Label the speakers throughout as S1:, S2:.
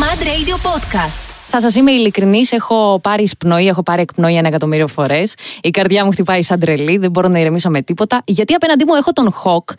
S1: Mad Radio Podcast.
S2: Θα σας είμαι ειλικρινής, έχω πάρει εισπνοή, έχω πάρει εκπνοή ένα εκατομμύριο φορές. Η καρδιά μου χτυπάει σαν τρελή, δεν μπορώ να ηρεμήσω με τίποτα. Γιατί απέναντί μου έχω τον Χοκ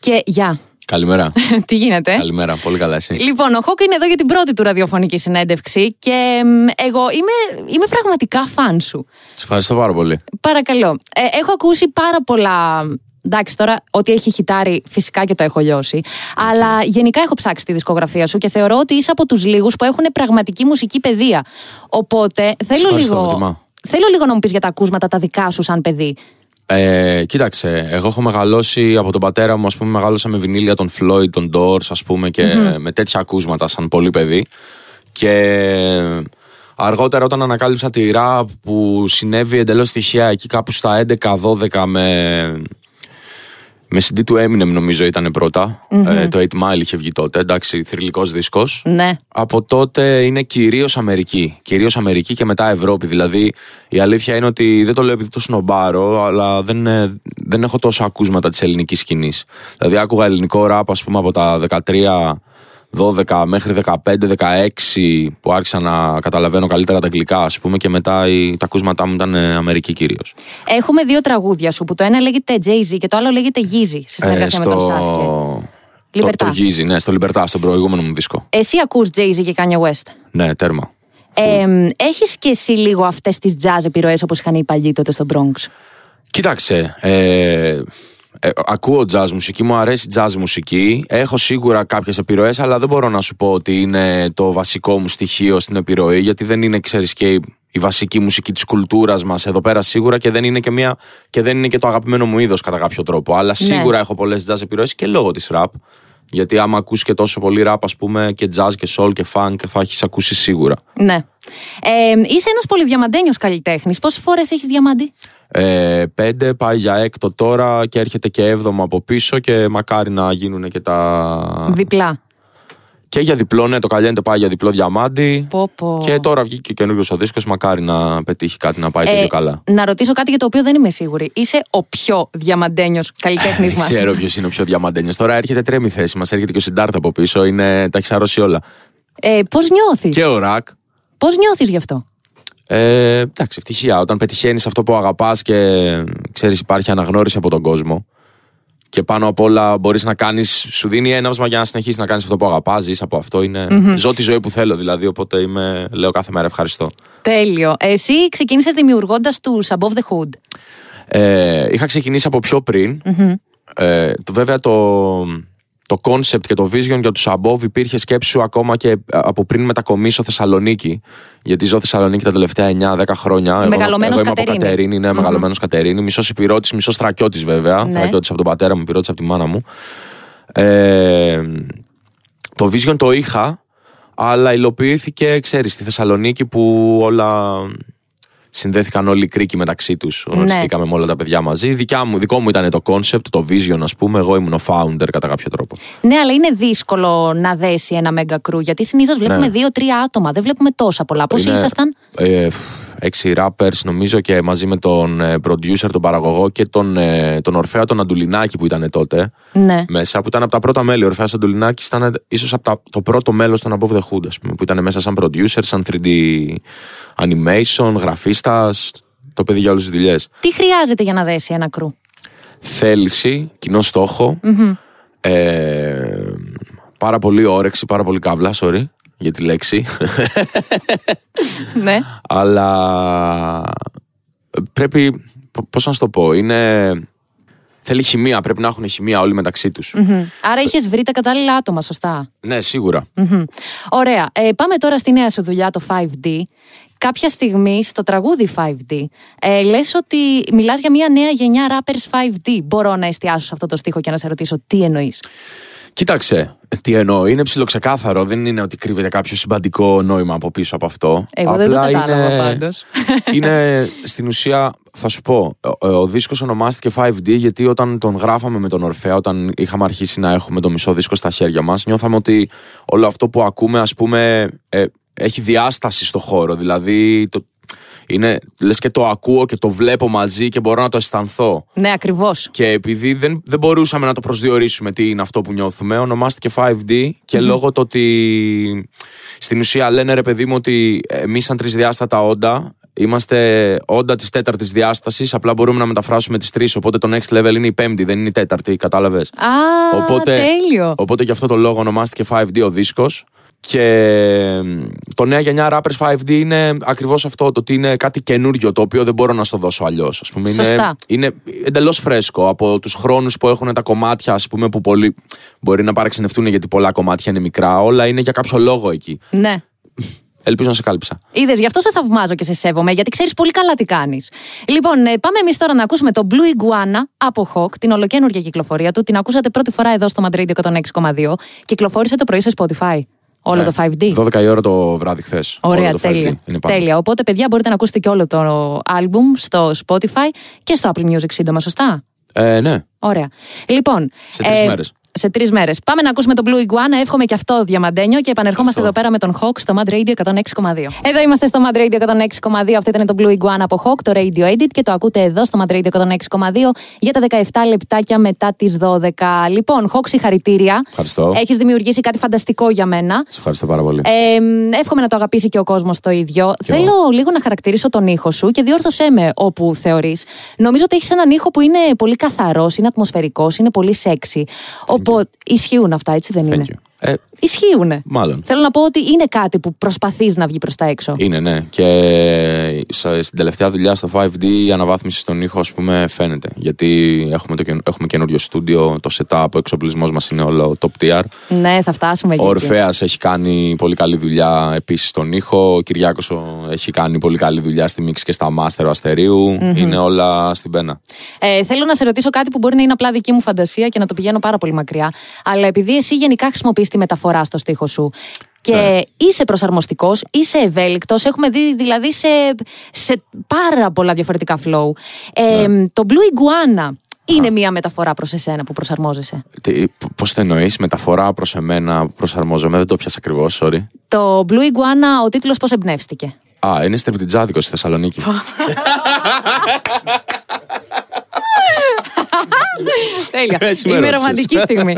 S2: και γεια.
S3: Καλημέρα.
S2: Τι γίνεται.
S3: Καλημέρα. Πολύ καλά, εσύ.
S2: Λοιπόν, ο Χοκ είναι εδώ για την πρώτη του ραδιοφωνική συνέντευξη και εμ, εγώ είμαι, είμαι πραγματικά φαν σου.
S3: Σα ευχαριστώ πάρα πολύ.
S2: Παρακαλώ. Ε, έχω ακούσει πάρα πολλά. Εντάξει, τώρα ότι έχει χιτάρι φυσικά και το έχω λιώσει. Αλλά γενικά έχω ψάξει τη δισκογραφία σου και θεωρώ ότι είσαι από τους λίγους που έχουν πραγματική μουσική παιδεία. Οπότε θέλω
S3: ευχαριστώ,
S2: λίγο.
S3: προτιμά.
S2: Θέλω λίγο να μου πεις για τα ακούσματα τα δικά σου σαν παιδί.
S3: Ε, κοίταξε, εγώ έχω μεγαλώσει από τον πατέρα μου, ας πούμε, μεγάλωσα με βινίλια των Floyd, των Doors, ας πούμε, και με τέτοια ακούσματα σαν πολύ παιδί. Και αργότερα όταν ανακάλυψα τη ραπ που συνέβη εντελώς τυχαία εκεί κάπου στα 11-12 με. Με CD του Eminem νομίζω ήταν πρώτα. Ε, το 8 Mile είχε βγει τότε. Εντάξει, θρηλυκός δίσκος.
S2: Ναι.
S3: από τότε είναι κυρίως Αμερική. Κυρίως Αμερική και μετά Ευρώπη. Δηλαδή η αλήθεια είναι ότι δεν το λέω επειδή το σνομπάρω, αλλά δεν, ε, δεν έχω τόσα ακούσματα της ελληνικής σκηνής. Δηλαδή άκουγα ελληνικό ραπ, ας πούμε, από τα 13. 12 μέχρι 15-16 που άρχισα να καταλαβαίνω καλύτερα τα αγγλικά ας πούμε και μετά η, τα ακούσματά μου ήταν ε, Αμερική κυρίως.
S2: Έχουμε δύο τραγούδια σου που το ένα λέγεται Jay-Z και το άλλο λέγεται Yeezy στη συνεργασία με τον Σάσκε.
S3: Ε, το,
S2: Λιμπερτά.
S3: το Yeezy, ναι, στο Λιμπερτά, στον προηγούμενο μου δίσκο.
S2: Εσύ ακούς Jay-Z και Kanye West.
S3: Ναι, τέρμα.
S2: Ε, έχεις και εσύ λίγο αυτές τις jazz επιρροές όπως είχαν οι παλιοί τότε στο Bronx.
S3: Κοίταξε, ε, ε, ακούω jazz μουσική, μου αρέσει jazz μουσική. Έχω σίγουρα κάποιες επιρροές, αλλά δεν μπορώ να σου πω ότι είναι το βασικό μου στοιχείο στην επιρροή, γιατί δεν είναι, ξέρεις, και η, η βασική μουσική της κουλτούρας μας εδώ πέρα σίγουρα και δεν είναι και, μια, και, δεν είναι και το αγαπημένο μου είδος κατά κάποιο τρόπο. Αλλά σίγουρα έχω πολλές jazz επιρροές και λόγω της rap. Γιατί άμα ακούσει και τόσο πολύ rap, ας πούμε, και jazz και soul και funk, θα έχεις ακούσει σίγουρα.
S2: Ναι. Ε, είσαι ένας πολυδιαμαντένιος καλλιτέχνης. Πόσες φορές έχεις διαμαντή?
S3: Ε, πέντε, πάει για έκτο τώρα και έρχεται και έβδομο από πίσω και μακάρι να γίνουν και τα...
S2: Διπλά.
S3: Και για διπλό, ναι, το καλέντε πάει για διπλό διαμάντι.
S2: Πω, πω.
S3: Και τώρα βγήκε καινούριος ο δίσκος, μακάρι να πετύχει κάτι να
S2: Ε,
S3: πάει και πιο καλά.
S2: να ρωτήσω κάτι για το οποίο δεν είμαι σίγουρη. Είσαι ο πιο διαμαντένιος καλλιτέχνης
S3: Δεν
S2: μας.
S3: ξέρω ποιος είναι ο πιο διαμαντένιος. Τώρα έρχεται τρέμη θέση μας, έρχεται και ο Συντάρτα από πίσω, είναι... τα έχει σαρώσει όλα.
S2: Ε, πώς νιώθεις?
S3: Και ο Ρακ.
S2: Πώς νιώθεις γι' αυτό?
S3: Ε, εντάξει, ευτυχία. Όταν πετυχαίνεις αυτό που αγαπάς και ξέρεις, υπάρχει αναγνώριση από τον κόσμο. Και πάνω απ' όλα μπορείς να κάνεις, σου δίνει έναυσμα για να συνεχίσεις να κάνεις αυτό που αγαπάς. Ζεις από αυτό. Είναι... Ζω τη ζωή που θέλω δηλαδή. Οπότε είμαι, λέω κάθε μέρα ευχαριστώ.
S2: Τέλειο. Εσύ ξεκίνησες δημιουργώντας τους Above the Hood.
S3: Ε, είχα ξεκινήσει από πιο πριν. Ε, το, βέβαια το, το concept και το vision για τους Αμπόβ υπήρχε σκέψου ακόμα και από πριν μετακομίσω Θεσσαλονίκη. Γιατί ζω Θεσσαλονίκη τα τελευταία 9-10 χρόνια. Εγώ-
S2: Μεγαλωμένος
S3: εγώ, είμαι από
S2: Κατερίνη.
S3: Κατερίνη, ναι, μεγαλωμένος Κατερίνη. Μισός Υπηρώτη, μισός Θρακιώτης βέβαια.
S2: Ναι.
S3: Θρακιώτης από τον πατέρα μου, Υπηρώτη από τη μάνα μου. Ε, το Vision το είχα, αλλά υλοποιήθηκε, ξέρεις, στη Θεσσαλονίκη που όλα συνδέθηκαν όλοι οι κρίκοι μεταξύ τους. Γνωριστήκαμε με όλα τα παιδιά μαζί. Δικιά μου, δικό μου ήταν το concept, το vision ας πούμε. Εγώ ήμουν ο founder κατά κάποιο τρόπο.
S2: Ναι, αλλά είναι δύσκολο να δέσει ένα mega crew γιατί συνήθως βλέπουμε δύο-τρία άτομα. Δεν βλέπουμε τόσα πολλά. Πώ
S3: Ναι. Είναι,
S2: ήσασταν.
S3: Ε, φ, έξι rappers νομίζω και μαζί με τον ε, producer, τον παραγωγό και τον, ε, τον Ορφέα τον Αντουλινάκη που ήταν τότε.
S2: Ναι.
S3: Μέσα, που ήταν από τα πρώτα μέλη. Ο Ορφέας Αντουλινάκης ήταν ίσω το πρώτο μέλος των Above the Hood, ας πούμε, που ήταν μέσα σαν producer, σαν 3D animation, γραφίστας. Το παιδί για όλες τις δουλειές.
S2: Τι χρειάζεται για να δέσει ένα crew.
S3: Θέληση, κοινό στόχο, ε, πάρα πολύ όρεξη, πάρα πολύ καύλα, sorry για τη λέξη.
S2: ναι.
S3: Αλλά πρέπει. Πώς να σου το πω, είναι. Θέλει χημεία, πρέπει να έχουν χημεία όλοι μεταξύ τους.
S2: Άρα είχες βρει τα κατάλληλα άτομα, σωστά.
S3: Ναι, σίγουρα.
S2: Μμμ. Ωραία. Ε, πάμε τώρα στη νέα σου δουλειά, το 5D. Κάποια στιγμή στο τραγούδι 5D ε, λες ότι μιλάς για μια νέα γενιά rappers 5D. Μπορώ να εστιάσω σε αυτό το στίχο και να σε ρωτήσω τι εννοείς.
S3: Κοίταξε, τι εννοώ. Είναι ψιλοξεκάθαρο. Δεν είναι ότι κρύβεται κάποιο συμπαντικό νόημα από πίσω από αυτό.
S2: Εγώ δεν το κατάλαβα πάντως.
S3: είναι στην ουσία, θα σου πω, ο, ο δίσκος ονομάστηκε 5D γιατί όταν τον γράφαμε με τον Ορφέα, όταν είχαμε αρχίσει να έχουμε το μισό δίσκο στα χέρια μας, νιώθαμε ότι όλο αυτό που ακούμε, ας πούμε, ε, έχει διάσταση στο χώρο. Δηλαδή, το, είναι, λες και το ακούω και το βλέπω μαζί και μπορώ να το αισθανθώ.
S2: Ναι, ακριβώς.
S3: Και επειδή δεν, δεν μπορούσαμε να το προσδιορίσουμε τι είναι αυτό που νιώθουμε, ονομάστηκε 5D και λόγω το ότι Στην ουσία λένε ρε παιδί μου ότι εμείς σαν τρισδιάστατα όντα είμαστε όντα της τέταρτης διάστασης. Απλά μπορούμε να μεταφράσουμε τις τρεις. Οπότε το next level είναι η πέμπτη, δεν είναι η τέταρτη. Κατάλαβες.
S2: Α, τέλειο.
S3: Οπότε γι' αυτό το λόγο ονομάστηκε 5D ο δίσκος. Και το νέα γενιά Rappers 5D είναι ακριβώς αυτό. Το ότι είναι κάτι καινούριο το οποίο δεν μπορώ να στο δώσω αλλιώς. Είναι,
S2: Σωστά.
S3: είναι εντελώς φρέσκο από τους χρόνους που έχουν τα κομμάτια, ας πούμε, που πολλοί μπορεί να παραξενευτούν γιατί πολλά κομμάτια είναι μικρά. Όλα είναι για κάποιο λόγο εκεί.
S2: Ναι.
S3: Ελπίζω να σε κάλυψα.
S2: Είδες, γι' αυτό σε θαυμάζω και σε σέβομαι, γιατί ξέρεις πολύ καλά τι κάνεις. Λοιπόν, ε, πάμε εμείς τώρα να ακούσουμε το Blue Iguana από Hawk, την ολοκένουργια κυκλοφορία του. Την ακούσατε πρώτη φορά εδώ στο Madrid 106,2. Κυκλοφόρησε το πρωί σε Spotify. Όλο
S3: Ναι.
S2: το 5D.
S3: 12 Ε, η ώρα το βράδυ χθες.
S2: Ωραία, τέλεια. τέλεια. Οπότε, παιδιά, μπορείτε να ακούσετε και όλο το album στο Spotify και στο Apple Music σύντομα, σωστά.
S3: Ε, ναι.
S2: Ωραία. Λοιπόν.
S3: Σε τρεις μέρες.
S2: Σε τρεις μέρες. Πάμε να ακούσουμε τον Blue Iguana. Εύχομαι και αυτό διαμαντένιο και επανερχόμαστε εδώ πέρα με τον Hawk στο Mad Radio 106,2. Εδώ είμαστε στο Mad Radio 106,2. Αυτό ήταν το Blue Iguana από Hawk, το Radio Edit και το ακούτε εδώ στο Mad Radio 106,2 για τα 17 λεπτάκια μετά τις 12. Λοιπόν, Hawk, συγχαρητήρια.
S3: Ευχαριστώ.
S2: Έχεις δημιουργήσει κάτι φανταστικό για μένα.
S3: Σε ευχαριστώ πάρα πολύ.
S2: Ε, μ, εύχομαι να το αγαπήσει και ο κόσμος το ίδιο. Θέλω λίγο να χαρακτηρίσω τον ήχο σου και διόρθωσέ με όπου θεωρείς. Νομίζω ότι έχεις έναν ήχο που είναι πολύ καθαρός, είναι ατμοσφαιρικός, είναι πολύ sexy. Οπότε ισχύουν αυτά, έτσι δεν είναι.
S3: Thank you. Ε,
S2: Ισχύουν.
S3: Μάλλον.
S2: Θέλω να πω ότι είναι κάτι που προσπαθείς να βγει προς τα έξω.
S3: Είναι, ναι. Και σε- στην τελευταία δουλειά στο 5D η αναβάθμιση στον ήχο, ας πούμε, φαίνεται. Γιατί έχουμε, το, καιν- έχουμε καινούριο στούντιο, το setup, ο εξοπλισμός μας είναι όλο top tier.
S2: Ναι, θα φτάσουμε
S3: Ο
S2: εκεί.
S3: Ορφαία έχει κάνει πολύ καλή δουλειά επίσης στον ήχο. Ο Κυριάκος έχει κάνει πολύ καλή δουλειά στη μίξη και στα μάστερ αστεριου Είναι όλα στην πένα.
S2: Ε, θέλω να σε ρωτήσω κάτι που μπορεί να είναι απλά δική μου φαντασία και να το πηγαίνω πάρα πολύ μακριά. Αλλά επειδή εσύ γενικά χρησιμοποιείς τη μεταφορά στο στίχο σου και είσαι προσαρμοστικός, είσαι ευέλικτος, έχουμε δει δηλαδή σε, σε πάρα πολλά διαφορετικά flow. Ε, Το Blue Iguana είναι μια μεταφορά προς εσένα που προσαρμόζεσαι.
S3: Πώς το εννοείς, μεταφορά προς εμένα, προσαρμόζομαι, δεν το πιάσα ακριβώς, sorry.
S2: Το Blue Iguana, ο τίτλος πώς εμπνεύστηκε.
S3: Α, είναι στριπτιτζάδικο στη Θεσσαλονίκη.
S2: Τέλεια.
S3: Έτσι με
S2: Είμαι
S3: ρώτησες.
S2: ρομαντική στιγμή.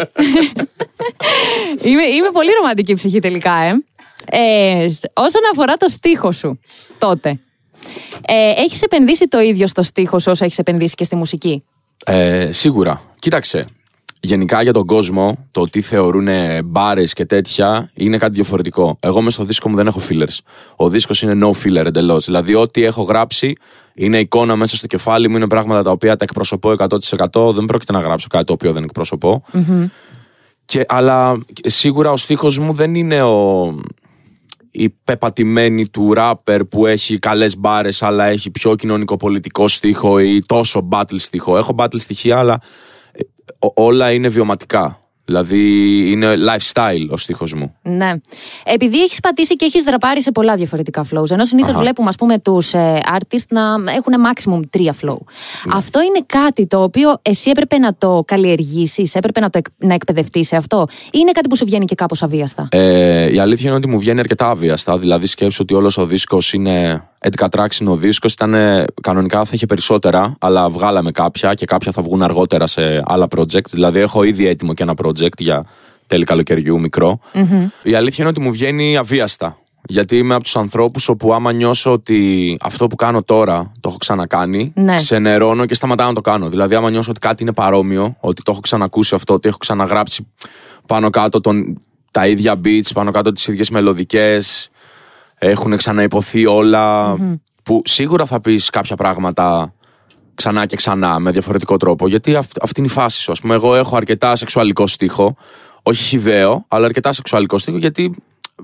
S2: είμαι, είμαι πολύ ρομαντική ψυχή τελικά, ε. Ε, σ- όσον αφορά το στίχο σου τότε. Ε, έχεις επενδύσει το ίδιο στο στίχο σου όσο έχεις επενδύσει και στη μουσική.
S3: Ε, σίγουρα. Κοίταξε. Γενικά για τον κόσμο, το τι θεωρούν μπάρες και τέτοια είναι κάτι διαφορετικό. Εγώ μέσα στο δίσκο μου δεν έχω fillers. Ο δίσκος είναι no filler εντελώς. Δηλαδή, ό,τι έχω γράψει είναι εικόνα μέσα στο κεφάλι μου, είναι πράγματα τα οποία τα εκπροσωπώ 100%. Δεν πρόκειται να γράψω κάτι το οποίο δεν εκπροσωπω Και, αλλά σίγουρα ο στίχος μου δεν είναι ο, η πεπατημένη του ράπερ που έχει καλές μπάρες, αλλά έχει πιο κοινωνικοπολιτικό στίχο ή τόσο battle στίχο. Έχω battle στοιχεία αλλά ε, ο- όλα είναι βιωματικά. Δηλαδή είναι lifestyle ο στίχος μου.
S2: Ναι. Επειδή έχεις πατήσει και έχεις δραπάρει σε πολλά διαφορετικά flows. Ενώ συνήθως βλέπουμε, ας πούμε, τους ε, artists να έχουν maximum τρία flow.
S3: Ναι.
S2: Αυτό είναι κάτι το οποίο εσύ έπρεπε να το καλλιεργήσεις, έπρεπε να το εκ- να εκπαιδευτείς σε αυτό. Ή είναι κάτι που σου βγαίνει και κάπως αβίαστα.
S3: Ε, η αλήθεια είναι ότι μου βγαίνει αρκετά αβίαστα. Δηλαδή, σκέψω ότι όλος ο δίσκος είναι 11 tracks είναι ο δίσκο. Κανονικά θα είχε περισσότερα, αλλά βγάλαμε κάποια και κάποια θα βγουν αργότερα σε άλλα project. Δηλαδή, έχω ήδη έτοιμο και ένα project για τέλη καλοκαιριού, μικρό. Η αλήθεια είναι ότι μου βγαίνει αβίαστα. Γιατί είμαι από τους ανθρώπους όπου άμα νιώσω ότι αυτό που κάνω τώρα το έχω ξανακάνει,
S2: Ναι.
S3: ξενερώνω και σταματάω να το κάνω. Δηλαδή, άμα νιώσω ότι κάτι είναι παρόμοιο, ότι το έχω ξανακούσει αυτό, ότι έχω ξαναγράψει πάνω κάτω τον, τα ίδια beats, πάνω κάτω τις ίδιες μελωδικές, έχουν ξαναϋποθεί όλα, Που σίγουρα θα πεις κάποια πράγματα ξανά και ξανά με διαφορετικό τρόπο. Γιατί αυ- αυτή είναι η φάση σου. Ας πούμε, εγώ έχω αρκετά σεξουαλικό στίχο. Όχι χιδαίο, αλλά αρκετά σεξουαλικό στίχο γιατί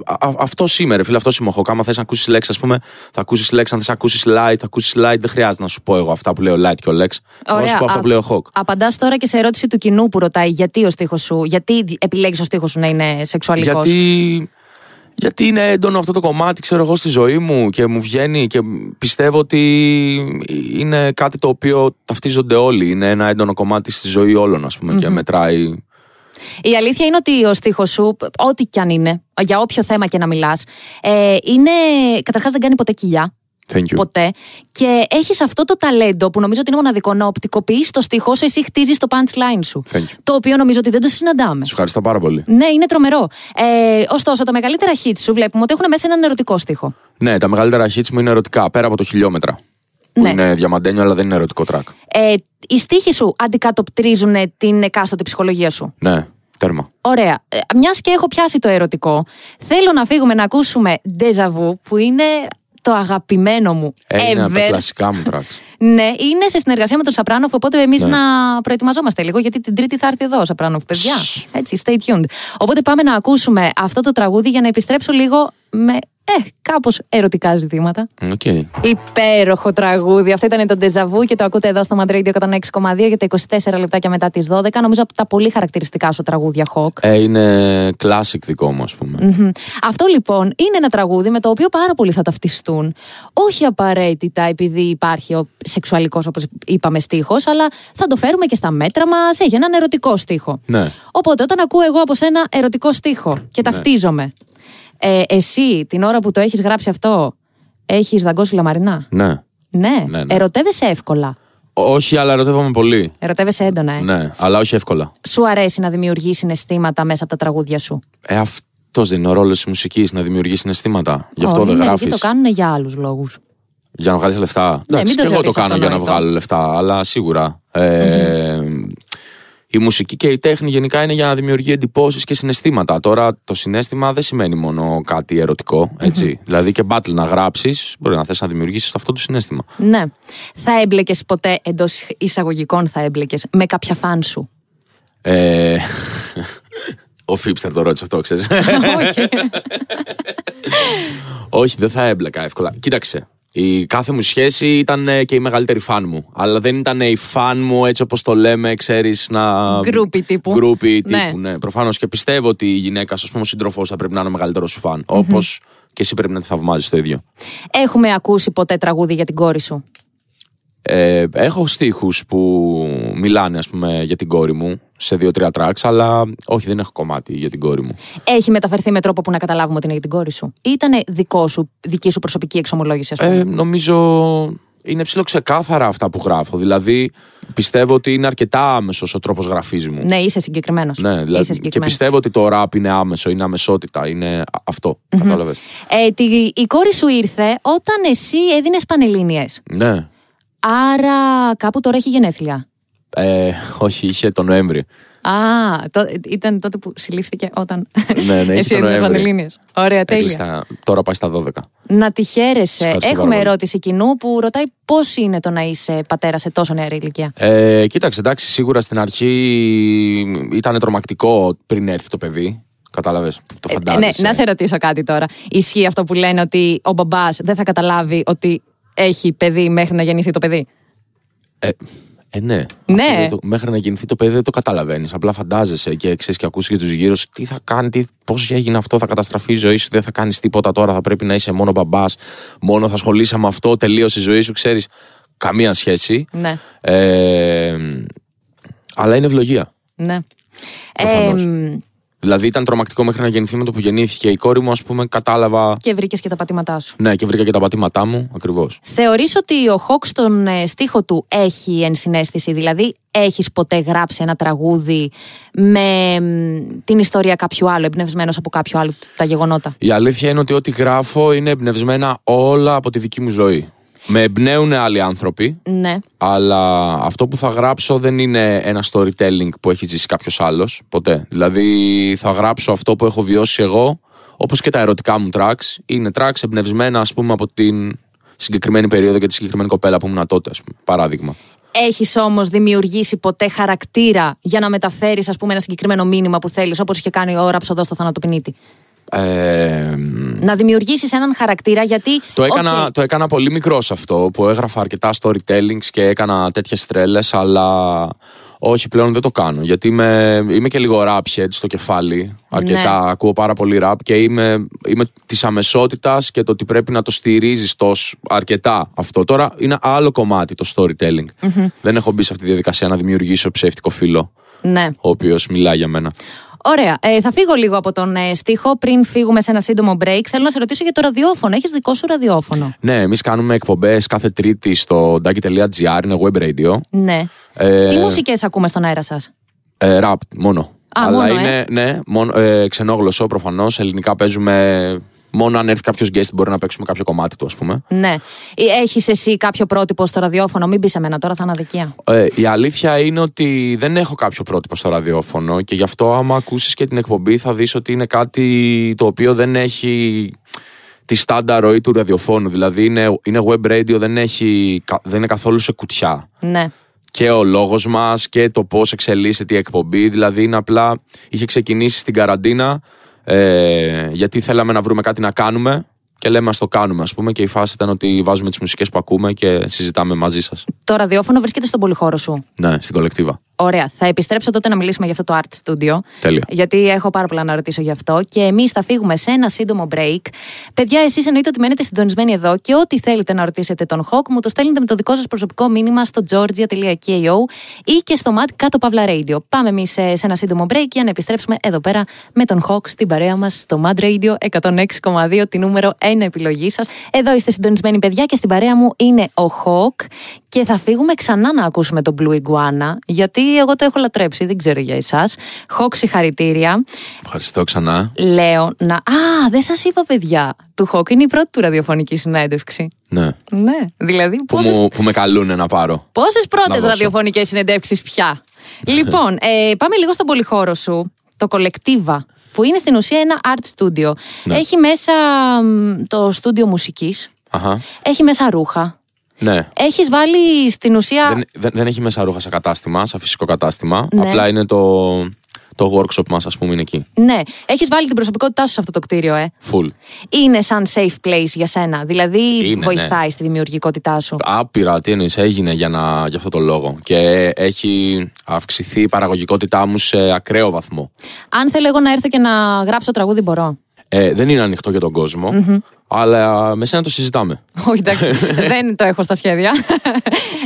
S3: α- αυτό είμαι, ρε φίλε, αυτό είμαι ο Χοκ. Άμα θες να ακούσεις λέξη, ας πούμε, θα ακούσεις λέξη. Αν θες να ακούσεις light, θα ακούσεις light. Δεν χρειάζεται να σου πω εγώ αυτά που λέω light και ο λέξ. Μπορώ να σου πω αυτά που λέω Χοκ.
S2: Απαντάς τώρα και σε ερώτηση του κοινού που ρωτάει γιατί ο στίχος σου, γιατί επιλέγεις ο στίχος σου να είναι σεξουαλικός.
S3: Γιατί, γιατί είναι έντονο αυτό το κομμάτι, ξέρω εγώ, στη ζωή μου και μου βγαίνει και πιστεύω ότι είναι κάτι το οποίο ταυτίζονται όλοι. Είναι ένα έντονο κομμάτι στη ζωή όλων, ας πούμε, και μετράει.
S2: Η αλήθεια είναι ότι ο στίχος σου, ό,τι κι αν είναι, για όποιο θέμα και να μιλάς, ε, είναι. Καταρχάς δεν κάνει ποτέ κοιλιά.
S3: Thank you.
S2: ποτέ. Και έχεις αυτό το ταλέντο που νομίζω ότι είναι μοναδικό να οπτικοποιείς το στίχος όσο εσύ χτίζεις το punchline σου.
S3: Thank you.
S2: Το οποίο νομίζω ότι δεν το συναντάμε.
S3: Σου ευχαριστώ πάρα πολύ.
S2: Ναι, είναι τρομερό. Ε, ωστόσο, τα μεγαλύτερα hits σου βλέπουμε ότι έχουν μέσα έναν ερωτικό στίχο.
S3: Ναι, τα μεγαλύτερα hits μου είναι ερωτικά, πέρα από το χιλιόμετρα. Που
S2: Ναι.
S3: είναι διαμαντένιο, αλλά δεν είναι ερωτικό track.
S2: Ε, οι στίχοι σου αντικατοπτρίζουν την εκάστοτε ψυχολογία σου.
S3: Ναι, τέρμα.
S2: Ωραία. Ε, Μιας και έχω πιάσει το ερωτικό, θέλω να φύγουμε να ακούσουμε Deja Vu, που είναι το αγαπημένο μου
S3: Ε, Είναι από τα
S2: ever.
S3: κλασικά μου tracks.
S2: Ναι, είναι σε συνεργασία με τον Σαπράνοφ, οπότε
S3: Ναι.
S2: εμεί να προετοιμαζόμαστε λίγο, γιατί την Τρίτη θα έρθει εδώ ο Σαπράνοφ, παιδιά. Έτσι, stay tuned. Οπότε πάμε να ακούσουμε αυτό το τραγούδι για να επιστρέψω λίγο με ε, κάπως ερωτικά ζητήματα.
S3: Οκ. Ε,
S2: Υπέροχο τραγούδι. Αυτό ήταν το Ντεζαβού και το ακούτε εδώ στο Madrid 106,2 για τα 24 λεπτάκια μετά τις 12. Νομίζω από τα πολύ χαρακτηριστικά σου τραγούδια, Χοκ.
S3: Ε, είναι classic δικό μου, ας πούμε.
S2: Μμμ. Αυτό λοιπόν είναι ένα τραγούδι με το οποίο πάρα πολλοί θα ταυτιστούν. Όχι απαραίτητα επειδή υπάρχει ο σεξουαλικός, όπως είπαμε, στίχος, αλλά θα το φέρουμε και στα μέτρα μας. Έχει έναν ερωτικό στίχο.
S3: Ναι.
S2: Οπότε όταν ακούω εγώ από σένα ερωτικό στίχο και ταυτίζομαι. Ε, εσύ την ώρα που το έχεις γράψει αυτό, έχεις δαγκώσει λαμαρινά.
S3: Ναι.
S2: Ναι.
S3: Ναι, ναι.
S2: Ερωτεύεσαι εύκολα.
S3: Όχι, αλλά ερωτεύομαι πολύ.
S2: Ερωτεύεσαι έντονα, ε.
S3: Ναι, αλλά όχι εύκολα.
S2: Σου αρέσει να δημιουργείς συναισθήματα μέσα από τα τραγούδια σου.
S3: Ε, αυτός δεν είναι ο ρόλος της μουσικής, να δημιουργείς συναισθήματα. Γι' αυτό
S2: Όχι,
S3: δεν
S2: μερικοί
S3: γράφει.
S2: το κάνουν για άλλους λόγους.
S3: Για να βγάλεις λεφτά. Εντάξει,
S2: Ε, μην το
S3: και εγώ το
S2: θεωρείς
S3: κάνω για να
S2: αυτονόητο.
S3: βγάλω λεφτά, αλλά σίγουρα. Ε, Η μουσική και η τέχνη γενικά είναι για να δημιουργεί εντυπώσεις και συναισθήματα. Τώρα το συνέστημα δεν σημαίνει μόνο κάτι ερωτικό, έτσι. Δηλαδή και battle να γράψεις, μπορεί να θες να δημιουργήσεις αυτό το συνέστημα.
S2: Ναι. Θα έμπλεκες ποτέ εντός εισαγωγικών, θα έμπλεκες με κάποια φαν σου.
S3: Ε, ο Φίπστερ το ρώτησε αυτό, ξέρεις.
S2: Όχι.
S3: Όχι, δεν θα έμπλεκα εύκολα. Κοίταξε. Η κάθε μου σχέση ήταν ε, και η μεγαλύτερη φαν μου. Αλλά δεν ήταν ε, η φαν μου έτσι όπως το λέμε, ξέρεις να.
S2: Γκρούπι τύπου.
S3: Γκρούπι
S2: Ναι.
S3: τύπου, ναι. Προφανώς και πιστεύω ότι η γυναίκα, ας πούμε, ο σύντροφο θα πρέπει να είναι ο μεγαλύτερος σου φαν. Όπως και εσύ πρέπει να τη θαυμάζεις το ίδιο.
S2: Έχουμε ακούσει ποτέ τραγούδι για την κόρη σου.
S3: Ε, έχω στίχους που μιλάνε, ας πούμε, για την κόρη μου σε δύο-τρία tracks, αλλά όχι, δεν έχω κομμάτι για την κόρη μου.
S2: Έχει μεταφερθεί με τρόπο που να καταλάβουμε ότι είναι για την κόρη σου. Ή ήταν δικό σου, δική σου προσωπική εξομολόγηση, ας πούμε.
S3: Ε, νομίζω είναι ψηλό ξεκάθαρα αυτά που γράφω. Δηλαδή, πιστεύω ότι είναι αρκετά άμεσος ο τρόπος γραφής μου.
S2: ναι, είσαι συγκεκριμένος.
S3: Ναι,
S2: είσαι
S3: δηλαδή, και
S2: συγκεκριμένος.
S3: πιστεύω ότι το ραπ είναι άμεσο, είναι αμεσότητα, είναι α- αυτό. Κατάλαβες.
S2: Ε, τη, η κόρη σου ήρθε όταν εσύ έδινες πανελίνε.
S3: Ναι.
S2: Άρα κάπου τώρα έχει γενέθλια.
S3: Ε, όχι, είχε το Νοέμβρη.
S2: Α, το, ήταν τότε που συλλήφθηκε όταν.
S3: Ναι, ναι,
S2: εσύ
S3: είχε το
S2: έδινες
S3: Νοέμβρη.
S2: πανελλήνιες. Ωραία, τέλεια.
S3: Έκλειστα, τώρα πάει στα 12.
S2: Να τη χαίρεσαι.
S3: ευχαριστώ
S2: Έχουμε
S3: πάρα πολύ.
S2: ερώτηση κοινού που ρωτάει πώς είναι το να είσαι πατέρα σε τόσο νεαρή ηλικία.
S3: Ε, κοίταξε, εντάξει, σίγουρα στην αρχή ήταν τρομακτικό πριν έρθει το παιδί. Κατάλαβες. Το
S2: Ε, ναι,
S3: φαντάζεσαι.
S2: να σε ρωτήσω κάτι τώρα. Ισχύει αυτό που λένε ότι ο μπαμπάς δεν θα καταλάβει ότι έχει παιδί μέχρι να γεννηθεί το παιδί.
S3: Ε, ε, ναι.
S2: Ναι.
S3: Αυτό δεν το- μέχρι να γεννηθεί το παιδί δεν το καταλαβαίνεις. Απλά φαντάζεσαι και ξέρεις και ακούσεις και τους γύρω σου τι θα κάνει, τι, πώς έγινε αυτό, θα καταστραφεί η ζωή σου, δεν θα κάνεις τίποτα τώρα, θα πρέπει να είσαι μόνο μπαμπάς, μόνο θα ασχολείσαι με αυτό, τελείωσε η ζωή σου, ξέρεις. Καμία σχέση.
S2: Ναι,
S3: Ε, αλλά είναι ευλογία.
S2: ναι.
S3: Προφανώς.
S2: μ,
S3: Δηλαδή ήταν τρομακτικό μέχρι να γεννηθεί με το που γεννήθηκε η κόρη μου, ας πούμε, κατάλαβα.
S2: και βρήκες και τα πατήματά σου.
S3: Ναι, και βρήκα και τα πατήματά μου, ακριβώς.
S2: Θεωρείς ότι ο Χόκ στον ε, στίχο του έχει ενσυναίσθηση, δηλαδή έχεις ποτέ γράψει ένα τραγούδι με μ, την ιστορία κάποιου άλλου, εμπνευσμένος από κάποιο άλλο τα γεγονότα.
S3: Η αλήθεια είναι ότι ό,τι γράφω είναι εμπνευσμένα όλα από τη δική μου ζωή. Με εμπνέουν άλλοι άνθρωποι,
S2: Ναι.
S3: αλλά αυτό που θα γράψω δεν είναι ένα storytelling που έχει ζήσει κάποιος άλλος. Ποτέ. Δηλαδή θα γράψω αυτό που έχω βιώσει εγώ, όπως και τα ερωτικά μου tracks. Είναι tracks εμπνευσμένα, ας πούμε, από την συγκεκριμένη περίοδο και τη συγκεκριμένη κοπέλα που ήμουν τότε, ας πούμε. Παράδειγμα.
S2: Έχεις όμως δημιουργήσει ποτέ χαρακτήρα για να μεταφέρεις ας πούμε ένα συγκεκριμένο μήνυμα που θέλεις όπως είχε κάνει ο Ραψοδός στο Θανατοπινίτη.
S3: Ε,
S2: Να δημιουργήσεις έναν χαρακτήρα γιατί...
S3: Το έκανα,
S2: Οκ,
S3: το έκανα πολύ μικρός αυτό που έγραφα αρκετά storytellings και έκανα τέτοιες τρέλες, αλλά όχι πλέον δεν το κάνω. Γιατί είμαι, είμαι και λίγο rap head στο κεφάλι. Αρκετά ακούω πάρα πολύ rap και είμαι, είμαι της αμεσότητας και το ότι πρέπει να το στηρίζεις τόσο αρκετά αυτό. Τώρα είναι άλλο κομμάτι το storytelling. Δεν έχω μπει σε αυτή τη διαδικασία να δημιουργήσω ψεύτικο φίλο
S2: Ναι.
S3: ο οποίος μιλάει για μένα.
S2: Ωραία. Ε, θα φύγω λίγο από τον ε, στίχο πριν φύγουμε σε ένα σύντομο break. Θέλω να σε ρωτήσω για το ραδιόφωνο. Έχεις δικό σου ραδιόφωνο.
S3: Ναι, εμείς κάνουμε εκπομπές κάθε Τρίτη στο ντάκι.gr, είναι web radio.
S2: Ναι.
S3: Ε,
S2: Τι μουσικές ακούμε στον αέρα σας.
S3: Ε, ραπ, μόνο.
S2: Α,
S3: Αλλά
S2: μόνο, ε.
S3: είναι, ναι, μόνο, ε, ξενόγλωσσο προφανώς. Ελληνικά παίζουμε. Μόνο αν έρθει κάποιος guest μπορεί να παίξουμε κάποιο κομμάτι του, ας πούμε.
S2: Ναι. Έχεις εσύ κάποιο πρότυπο στο ραδιόφωνο. Μην πεις σε μένα τώρα, θα είναι αδικία.
S3: Ε, η αλήθεια είναι ότι δεν έχω κάποιο πρότυπο στο ραδιόφωνο και γι' αυτό άμα ακούσεις και την εκπομπή θα δεις ότι είναι κάτι το οποίο δεν έχει τη στάνταρ ροή του ραδιοφώνου. Δηλαδή είναι, είναι web radio, δεν, έχει, κα- δεν είναι καθόλου σε κουτιά.
S2: Ναι.
S3: Και ο λόγος μας και το πώς εξελίσσεται η εκπομπή. Δηλαδή είναι απλά, είχε ξεκινήσει στην καραντίνα ε, γιατί θέλαμε να βρούμε κάτι να κάνουμε και λέμε ας το κάνουμε ας πούμε και η φάση ήταν ότι βάζουμε τις μουσικές που ακούμε και συζητάμε μαζί σας.
S2: Το ραδιόφωνο βρίσκεται στον πολυχώρο σου.
S3: Ναι, στην κολεκτίβα.
S2: Ωραία. Θα επιστρέψω τότε να μιλήσουμε για αυτό το Art Studio.
S3: Τέλεια.
S2: Γιατί έχω πάρα πολλά να ρωτήσω γι' αυτό. Και εμείς θα φύγουμε σε ένα σύντομο break. Παιδιά, εσείς εννοείται ότι μένετε συντονισμένοι εδώ και ό,τι θέλετε να ρωτήσετε τον Χοκ μου το στέλνετε με το δικό σας προσωπικό μήνυμα στο georgia.ko ή και στο mat κάτω παύλα radio. Πάμε εμείς σε, σε ένα σύντομο break για να επιστρέψουμε εδώ πέρα με τον Χοκ στην παρέα μας στο Mad Radio 106,2, τη νούμερο 1 επιλογή σας. Εδώ είστε συντονισμένοι, παιδιά, και στην παρέα μου είναι ο Χοκ. Και θα φύγουμε ξανά να ακούσουμε τον Blue Iguana, γιατί εγώ το έχω λατρέψει, δεν ξέρω για εσάς. Χοκ, συγχαρητήρια.
S3: Ευχαριστώ ξανά.
S2: Λέω να. Α, δεν σας είπα, παιδιά. Του Χοκ είναι η πρώτη του ραδιοφωνική συνέντευξη.
S3: Ναι.
S2: Ναι. Δηλαδή,
S3: Που,
S2: πόσες,
S3: μου, που με καλούνε να πάρω.
S2: πόσες
S3: Να
S2: πρώτες
S3: δώσω.
S2: ραδιοφωνικές συνεντεύξεις πια. λοιπόν, ε, πάμε λίγο στον πολυχώρο σου, το κολεκτίβα, που είναι στην ουσία ένα art studio.
S3: Ναι.
S2: Έχει μέσα μ, το στούντιο μουσικής,
S3: Αχα.
S2: έχει μέσα ρούχα.
S3: Ναι.
S2: Έχεις βάλει στην ουσία...
S3: Δεν, δεν, δεν έχει μέσα ρούχα σε κατάστημα, σε φυσικό κατάστημα.
S2: Ναι.
S3: Απλά είναι το, το workshop μας ας πούμε είναι εκεί.
S2: Ναι, έχεις βάλει την προσωπικότητά σου σε αυτό το κτίριο, ε.
S3: Full.
S2: Είναι σαν safe place για σένα. Δηλαδή,
S3: Είναι, ναι.
S2: βοηθάει στη δημιουργικότητά σου.
S3: Άπειρα, τι εννοείς, έγινε για, να, για αυτό το λόγο. Και έχει αυξηθεί η παραγωγικότητά μου σε ακραίο βαθμό.
S2: Αν θέλω εγώ να έρθω και να γράψω τραγούδι, μπορώ.
S3: Ε, δεν είναι ανοιχτό για τον κοσμο αλλά με σένα το συζητάμε.
S2: Όχι, εντάξει, δεν το έχω στα σχέδια.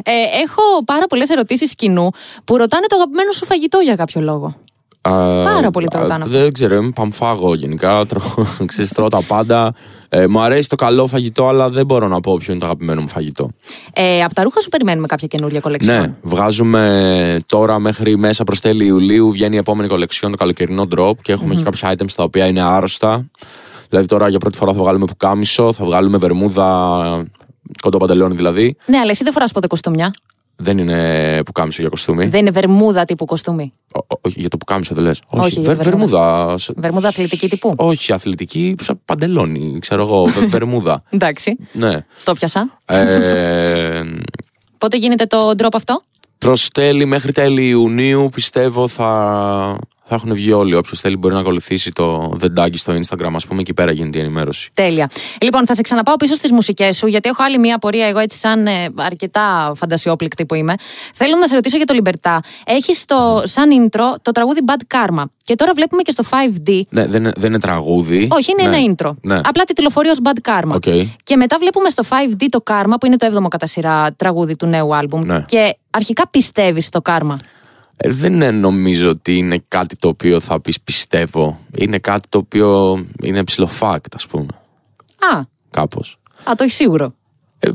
S2: Ε, έχω πάρα πολλές ερωτήσεις κοινού που ρωτάνε το αγαπημένο σου φαγητό για κάποιο λόγο.
S3: Πάρα
S2: πολύ το ρωτάνε αυτό.
S3: Δεν ξέρω, είμαι παμφάγο γενικά. Τρώω, ξέρεις, τρώω τα πάντα. Ε, μου αρέσει το καλό φαγητό, αλλά δεν μπορώ να πω ποιο είναι το αγαπημένο μου φαγητό.
S2: Ε, από τα ρούχα σου περιμένουμε κάποια καινούργια κολεξιόν.
S3: Ναι, βγάζουμε τώρα μέχρι μέσα προς τέλη Ιουλίου. Βγαίνει η επόμενη κολεξιόν, το καλοκαιρινό drop και εχουμε και κάποια items τα οποία είναι άρρωστα. Δηλαδή τώρα για πρώτη φορά θα βγάλουμε πουκάμισο, θα βγάλουμε βερμούδα, κοντό παντελόνι δηλαδή.
S2: Ναι, αλλά εσύ δεν φοράς ποτέ κοστούμια.
S3: Δεν είναι πουκάμισο για κοστούμι.
S2: Δεν είναι βερμούδα τύπου κοστούμι.
S3: Ο- ο- όχι, για το πουκάμισο δεν λες.
S2: Όχι, για τη βερμούδα.
S3: βερμούδα.
S2: Βερμούδα αθλητική τύπου.
S3: Όχι, αθλητική, σαν παντελόνι, ξέρω εγώ, βε- βερμούδα.
S2: Εντάξει,
S3: ναι.
S2: το πιάσα.
S3: Ε,
S2: Πότε γίνεται το ντρόπ αυτό.
S3: προς τέλη μέχρι τέλη Ιουνίου πιστεύω θα, θα έχουν βγει όλοι. Όποιος θέλει μπορεί να ακολουθήσει το δεντάκι στο Instagram ας πούμε εκεί πέρα γίνεται η ενημέρωση.
S2: Τέλεια. Λοιπόν, θα σε ξαναπάω πίσω στις μουσικές σου, γιατί έχω άλλη μία απορία. Εγώ, έτσι, σαν ε, αρκετά φαντασιόπληκτη που είμαι, θέλω να σε ρωτήσω για το Λιμπερτά. Έχεις σαν intro το τραγούδι Bad Karma. Και τώρα βλέπουμε και στο 5D.
S3: Ναι, δεν, είναι- δεν είναι τραγούδι.
S2: Όχι, είναι
S3: ναι.
S2: ένα intro.
S3: Ναι.
S2: Απλά τιτλοφορεί ως Bad Karma.
S3: Οκ.
S2: Και μετά βλέπουμε στο 5D το Karma, που είναι το 7ο κατά σειρά τραγούδι του νέου άλμπουμ.
S3: Ναι.
S2: Και αρχικά πιστεύεις στο Karma.
S3: Ε, δεν είναι, νομίζω ότι είναι κάτι το οποίο θα πεις πιστεύω. Είναι κάτι το οποίο είναι ψηλοφάκτ ας πούμε.
S2: Α,
S3: Κάπως.
S2: α το έχεις σίγουρο.
S3: Ε,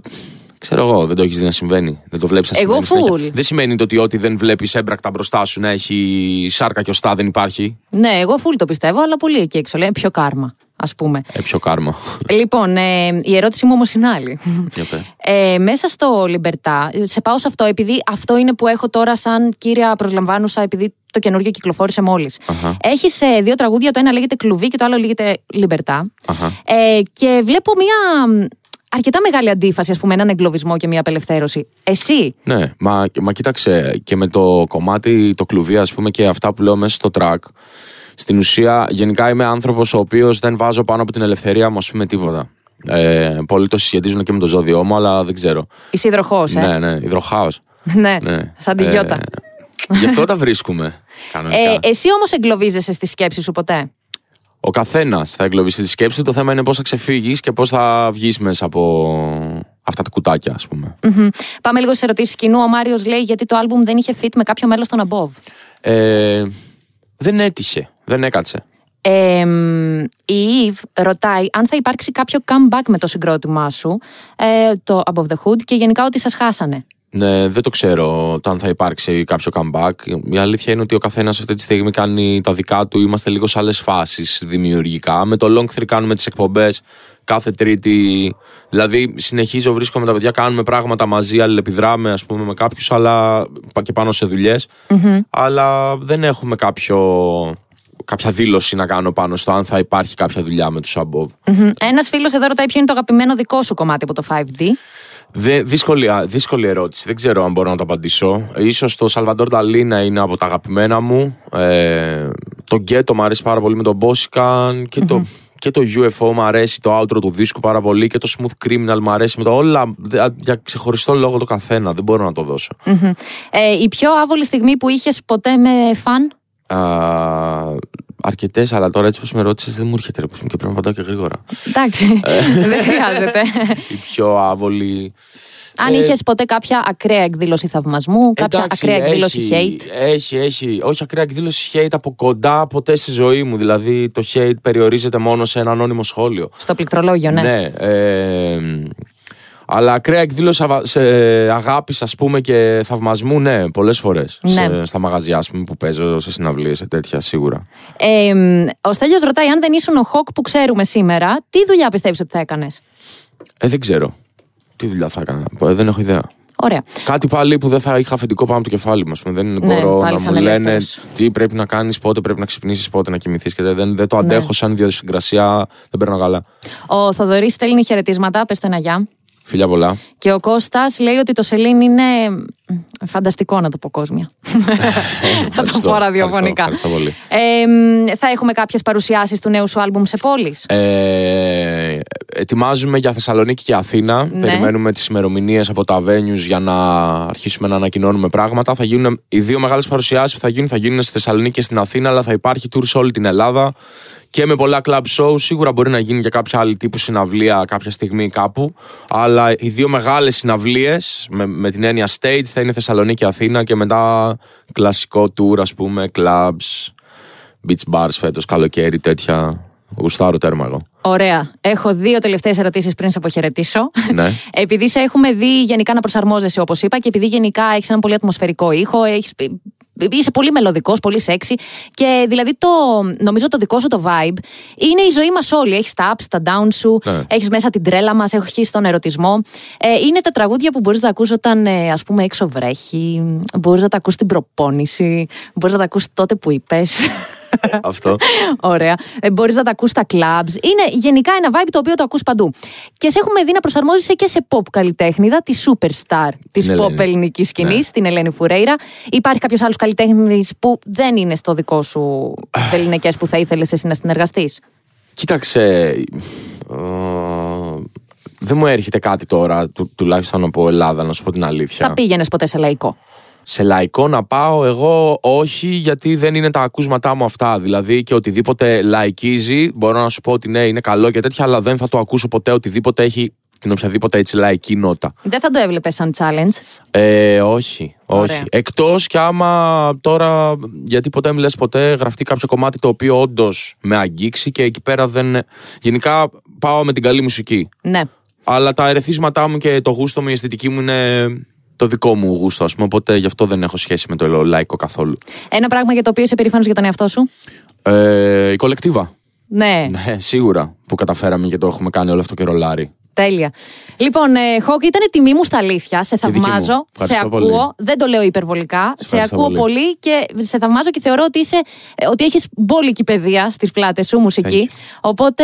S3: ξέρω εγώ, δεν το έχεις δει να συμβαίνει. Δεν το βλέπεις να
S2: Εγώ
S3: συμβαίνει. συνέχεια.
S2: full.
S3: Δεν σημαίνει το ότι ό,τι δεν βλέπεις έμπρακτα μπροστά σου να έχει σάρκα και οστά δεν υπάρχει.
S2: Ναι, εγώ φουλ το πιστεύω, αλλά πολύ εκεί έξω λένε πιο Karma, ας πούμε.
S3: Ε, πιο κάρμα.
S2: Λοιπόν, ε, η ερώτηση μου όμως είναι άλλη.
S3: Για πες.
S2: Ε, μέσα στο Λιμπερτά, σε πάω σε αυτό, επειδή αυτό είναι που έχω τώρα σαν κύρια προσλαμβάνουσα, επειδή το καινούργιο κυκλοφόρησε μόλις.
S3: Αχα.
S2: Έχεις δύο τραγούδια, το ένα λέγεται Κλουβί και το άλλο λέγεται Λιμπερτά.
S3: Αχα.
S2: Ε, και βλέπω μία μ, αρκετά μεγάλη αντίφαση, ας πούμε, έναν εγκλωβισμό και μία απελευθέρωση. Εσύ.
S3: Ναι, μα, μα κοίταξε και με το κομμάτι, το κλουβί ας πούμε και αυτά που λέω μέσα στο track Στην ουσία γενικά είμαι άνθρωπος ο οποίος δεν βάζω πάνω από την ελευθερία μου ας πούμε τίποτα ε, Πολλοί το συσχετίζουν και με το ζώδιό μου αλλά δεν ξέρω
S2: Είσαι υδροχός, ε.
S3: Ναι, ναι, υδροχάος
S2: ναι.
S3: ναι. ναι.
S2: Σαν τη
S3: Ε,
S2: Γιώτα.
S3: Γι' αυτό τα βρίσκουμε κανονικά
S2: Ε, εσύ όμως εγκλωβίζεσαι στη σκέψη σου ποτέ.
S3: Ο καθένας θα εγκλωβιστεί τη σκέψη του. Το θέμα είναι πώς θα ξεφύγεις και πώς θα βγεις μέσα από αυτά τα κουτάκια, ας πούμε.
S2: Μμμ. Πάμε λίγο σε ερωτήσεις κοινού. Ο Μάριος λέει γιατί το album δεν είχε fit με κάποιο μέλος των Above.
S3: Ε, δεν έτυχε. Δεν έκατσε.
S2: Ε, μ, η Eve ρωτάει αν θα υπάρξει κάποιο comeback με το συγκρότημά σου, ε, το Above the Hood, και γενικά ότι σας χάσανε.
S3: Ναι, δεν το ξέρω το αν θα υπάρξει κάποιο comeback. Η αλήθεια είναι ότι ο καθένας αυτή τη στιγμή κάνει τα δικά του. Είμαστε λίγο σε άλλες φάσεις δημιουργικά. Με το Long 3 κάνουμε τις εκπομπές κάθε Τρίτη. Δηλαδή, συνεχίζω, βρίσκω με τα παιδιά, κάνουμε πράγματα μαζί, αλληλεπιδράμε, ας πούμε, με κάποιους, αλλά και πάνω σε δουλειε Αλλά δεν έχουμε κάποιο, κάποια δήλωση να κάνω πάνω στο αν θα υπάρχει κάποια δουλειά με τους Σαμπόβ.
S2: Μμμ. Ένας φίλος εδώ ρωτάει ποιο είναι το αγαπημένο δικό σου κομμάτι από το 5D.
S3: Δε, δύσκολη, α, δύσκολη ερώτηση. Δεν ξέρω αν μπορώ να το απαντήσω. Ίσως το Σαλβαντόρ Νταλίνα είναι από τα αγαπημένα μου. Ε, το Γκέτο μου αρέσει πάρα πολύ με τον Μπόσικαν και, το, και το UFO μου αρέσει το outro του δίσκου πάρα πολύ και το Smooth Criminal μου αρέσει με το όλα δε- α, για ξεχωριστό λόγο το καθένα. Δεν μπορώ να το δώσω.
S2: Μμμ. Ε, η πιο άβολη στιγμή που είχες ποτέ με φαν.
S3: Α, αρκετές, αλλά τώρα έτσι πως με ρώτησες δεν μου έρχεται ρε, παιδί μου, και πρέπει να απαντάω και γρήγορα.
S2: Εντάξει,
S3: Ε.
S2: δεν χρειάζεται.
S3: Η πιο άβολη...
S2: αν
S3: Ε,
S2: είχες ποτέ κάποια ακραία εκδήλωση θαυμασμού, κάποια
S3: Εντάξει,
S2: ακραία εκδήλωση hate.
S3: Έχει, έχει. Όχι ακραία εκδήλωση hate από κοντά ποτέ στη ζωή μου. Δηλαδή το hate περιορίζεται μόνο σε ένα ανώνυμο σχόλιο.
S2: Στο πληκτρολόγιο, ναι.
S3: ε, αλλά ακραία εκδήλωση αβα- σε αγάπης, ας πούμε, και θαυμασμού, ναι, πολλές φορές.
S2: Ναι.
S3: Στα μαγαζιά, ας πούμε, που παίζω, σε συναυλίες, σε τέτοια σίγουρα.
S2: Ε, μ, ο Στέλιος ρωτάει αν δεν ήσουν ο Χοκ που ξέρουμε σήμερα, τι δουλειά πιστεύεις ότι θα έκανες.
S3: Ε, δεν ξέρω. Τι δουλειά θα έκανα. Ε, δεν έχω ιδέα.
S2: Ωραία.
S3: Κάτι πάλι που δεν θα είχα αφεντικό πάνω από το κεφάλι μου. ας πούμε. Δεν μπορώ
S2: Ναι, πάλι
S3: να
S2: σαν
S3: μου λένε
S2: ελεύθερος.
S3: τι πρέπει να κάνεις, πότε πρέπει να ξυπνήσεις, πότε να κοιμηθείς. Και δεν, δεν το
S2: Ναι.
S3: αντέχω σαν ιδιοσυγκρασία. Δεν παίρνω καλά.
S2: Ο Θοδωρής στέλνει χαιρετίσματα, πες το ένα γεια.
S3: Φιλιά πολλά.
S2: Και ο Κώστας λέει ότι το Σελήν είναι μ, φανταστικό να το πω κόσμια. θα το
S3: Ευχαριστώ,
S2: πω ραδιοφωνικά.
S3: ευχαριστώ, ευχαριστώ πολύ.
S2: Ε, μ, θα έχουμε κάποιες παρουσιάσεις του νέου σου άλμπουμ σε πόλεις.
S3: Ε, ετοιμάζουμε για Θεσσαλονίκη και Αθήνα. Περιμένουμε τις ημερομηνίες από τα venues για να αρχίσουμε να ανακοινώνουμε πράγματα. Θα γίνουν οι δύο μεγάλες παρουσιάσεις που θα γίνουν, θα γίνουν στη Θεσσαλονίκη και στην Αθήνα, αλλά θα υπάρχει tour σε όλη την Ελλάδα και με πολλά club show. Σίγουρα μπορεί να γίνει και κάποια άλλη τύπου συναυλία κάποια στιγμή κάπου. Αλλά οι δύο μεγάλες συναυλίες, με, με την έννοια stage, θα είναι Θεσσαλονίκη και Αθήνα και μετά κλασικό tour, ας πούμε, clubs, beach bars φέτος, καλοκαίρι, τέτοια. Γουστάρω τέρμα εγώ.
S2: Ωραία. Έχω δύο τελευταίες ερωτήσεις πριν σε αποχαιρετήσω.
S3: Ναι.
S2: επειδή σε έχουμε δει γενικά να προσαρμόζεσαι, όπως είπα, και επειδή γενικά έχεις έναν πολύ ατμοσφαιρικό ήχο, έχεις... ε, είσαι πολύ μελωδικός, πολύ sexy. Και δηλαδή το, νομίζω το δικό σου το vibe είναι η ζωή μας όλοι. Έχεις τα ups, τα downs σου,
S3: Ναι.
S2: έχεις μέσα την τρέλα μας, έχεις τον ερωτισμό. Ε, είναι τα τραγούδια που μπορείς να ακούς όταν ε, ας πούμε έξω βρέχει, μπορείς να τα ακούς στην προπόνηση, μπορείς να τα ακούς τότε που είπες.
S3: Αυτό.
S2: Ωραία. Ε, Μπορείς να τα ακούς στα clubs. Είναι γενικά ένα vibe το οποίο το ακούς παντού. Και σε έχουμε δει να προσαρμόζεσαι και σε pop καλλιτέχνηδα, τη superstar της
S3: Την
S2: pop
S3: Ελένη. Ναι.
S2: ελληνικής σκηνής, την Ελένη Φουρέιρα. Υπάρχει κάποιος άλλος καλλιτέχνης που δεν είναι στο δικό σου ελληνικέ που θα ήθελες εσύ να συνεργαστείς.
S3: Κοίταξε. ε, δεν μου έρχεται κάτι τώρα, του, τουλάχιστον από Ελλάδα, να σου πω την αλήθεια.
S2: Θα πήγαινες ποτέ σε λαϊκό.
S3: Σε λαϊκό να πάω, εγώ όχι, γιατί δεν είναι τα ακούσματά μου αυτά. Δηλαδή και οτιδήποτε λαϊκίζει, μπορώ να σου πω ότι ναι, είναι καλό και τέτοια, αλλά δεν θα το ακούσω ποτέ οτιδήποτε έχει την οποιαδήποτε έτσι λαϊκή νότα.
S2: Δεν θα το έβλεπες σαν challenge.
S3: Ε, όχι, όχι.
S2: Ωραία.
S3: Εκτός κι άμα τώρα, γιατί ποτέ μιλέ ποτέ, γραφτεί κάποιο κομμάτι το οποίο όντως με αγγίξει και εκεί πέρα δεν. Γενικά πάω με την καλή μουσική.
S2: Ναι.
S3: Αλλά τα ερεθίσματά μου και το γούστο μου, η αισθητική μου είναι το δικό μου γούστο, ας πούμε. Οπότε γι' αυτό δεν έχω σχέση με το λαϊκό καθόλου.
S2: Ένα πράγμα για το οποίο είσαι περήφανος για τον εαυτό σου.
S3: Ε, η κολεκτίβα.
S2: Ναι.
S3: Ναι, σίγουρα που καταφέραμε και το έχουμε κάνει όλο αυτό και ρολάρι.
S2: Τέλεια. Λοιπόν, ε, Χόκ, ήταν τιμή μου στα αλήθεια. Σε
S3: δική μου.
S2: θαυμάζω, σε
S3: Ευχαριστώ
S2: ακούω.
S3: πολύ.
S2: Δεν το λέω υπερβολικά. Σε,
S3: ευχαριστώ
S2: ακούω πολύ.
S3: πολύ.
S2: και σε θαυμάζω και θεωρώ ότι, είσαι, ε, ότι έχεις μπόλικη παιδεία στις πλάτες σου, μουσική. Οπότε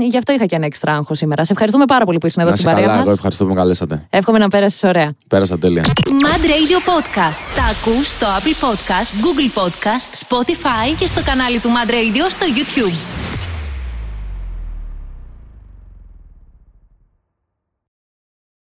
S2: μ, γι' αυτό είχα και ένα έξτρα άγχος σήμερα. Σε ευχαριστούμε πάρα πολύ που ήσουν εδώ
S3: Να
S2: στην
S3: είσαι
S2: παρέα
S3: καλά, εγώ
S2: μα.
S3: ευχαριστώ που με καλέσατε.
S2: Εύχομαι να πέρασες ωραία.
S3: Πέρασα τέλεια.
S1: Mad Radio Podcast. Τα ακούς στο Apple Podcast, Google Podcast, Spotify και στο κανάλι του Mad Radio στο YouTube.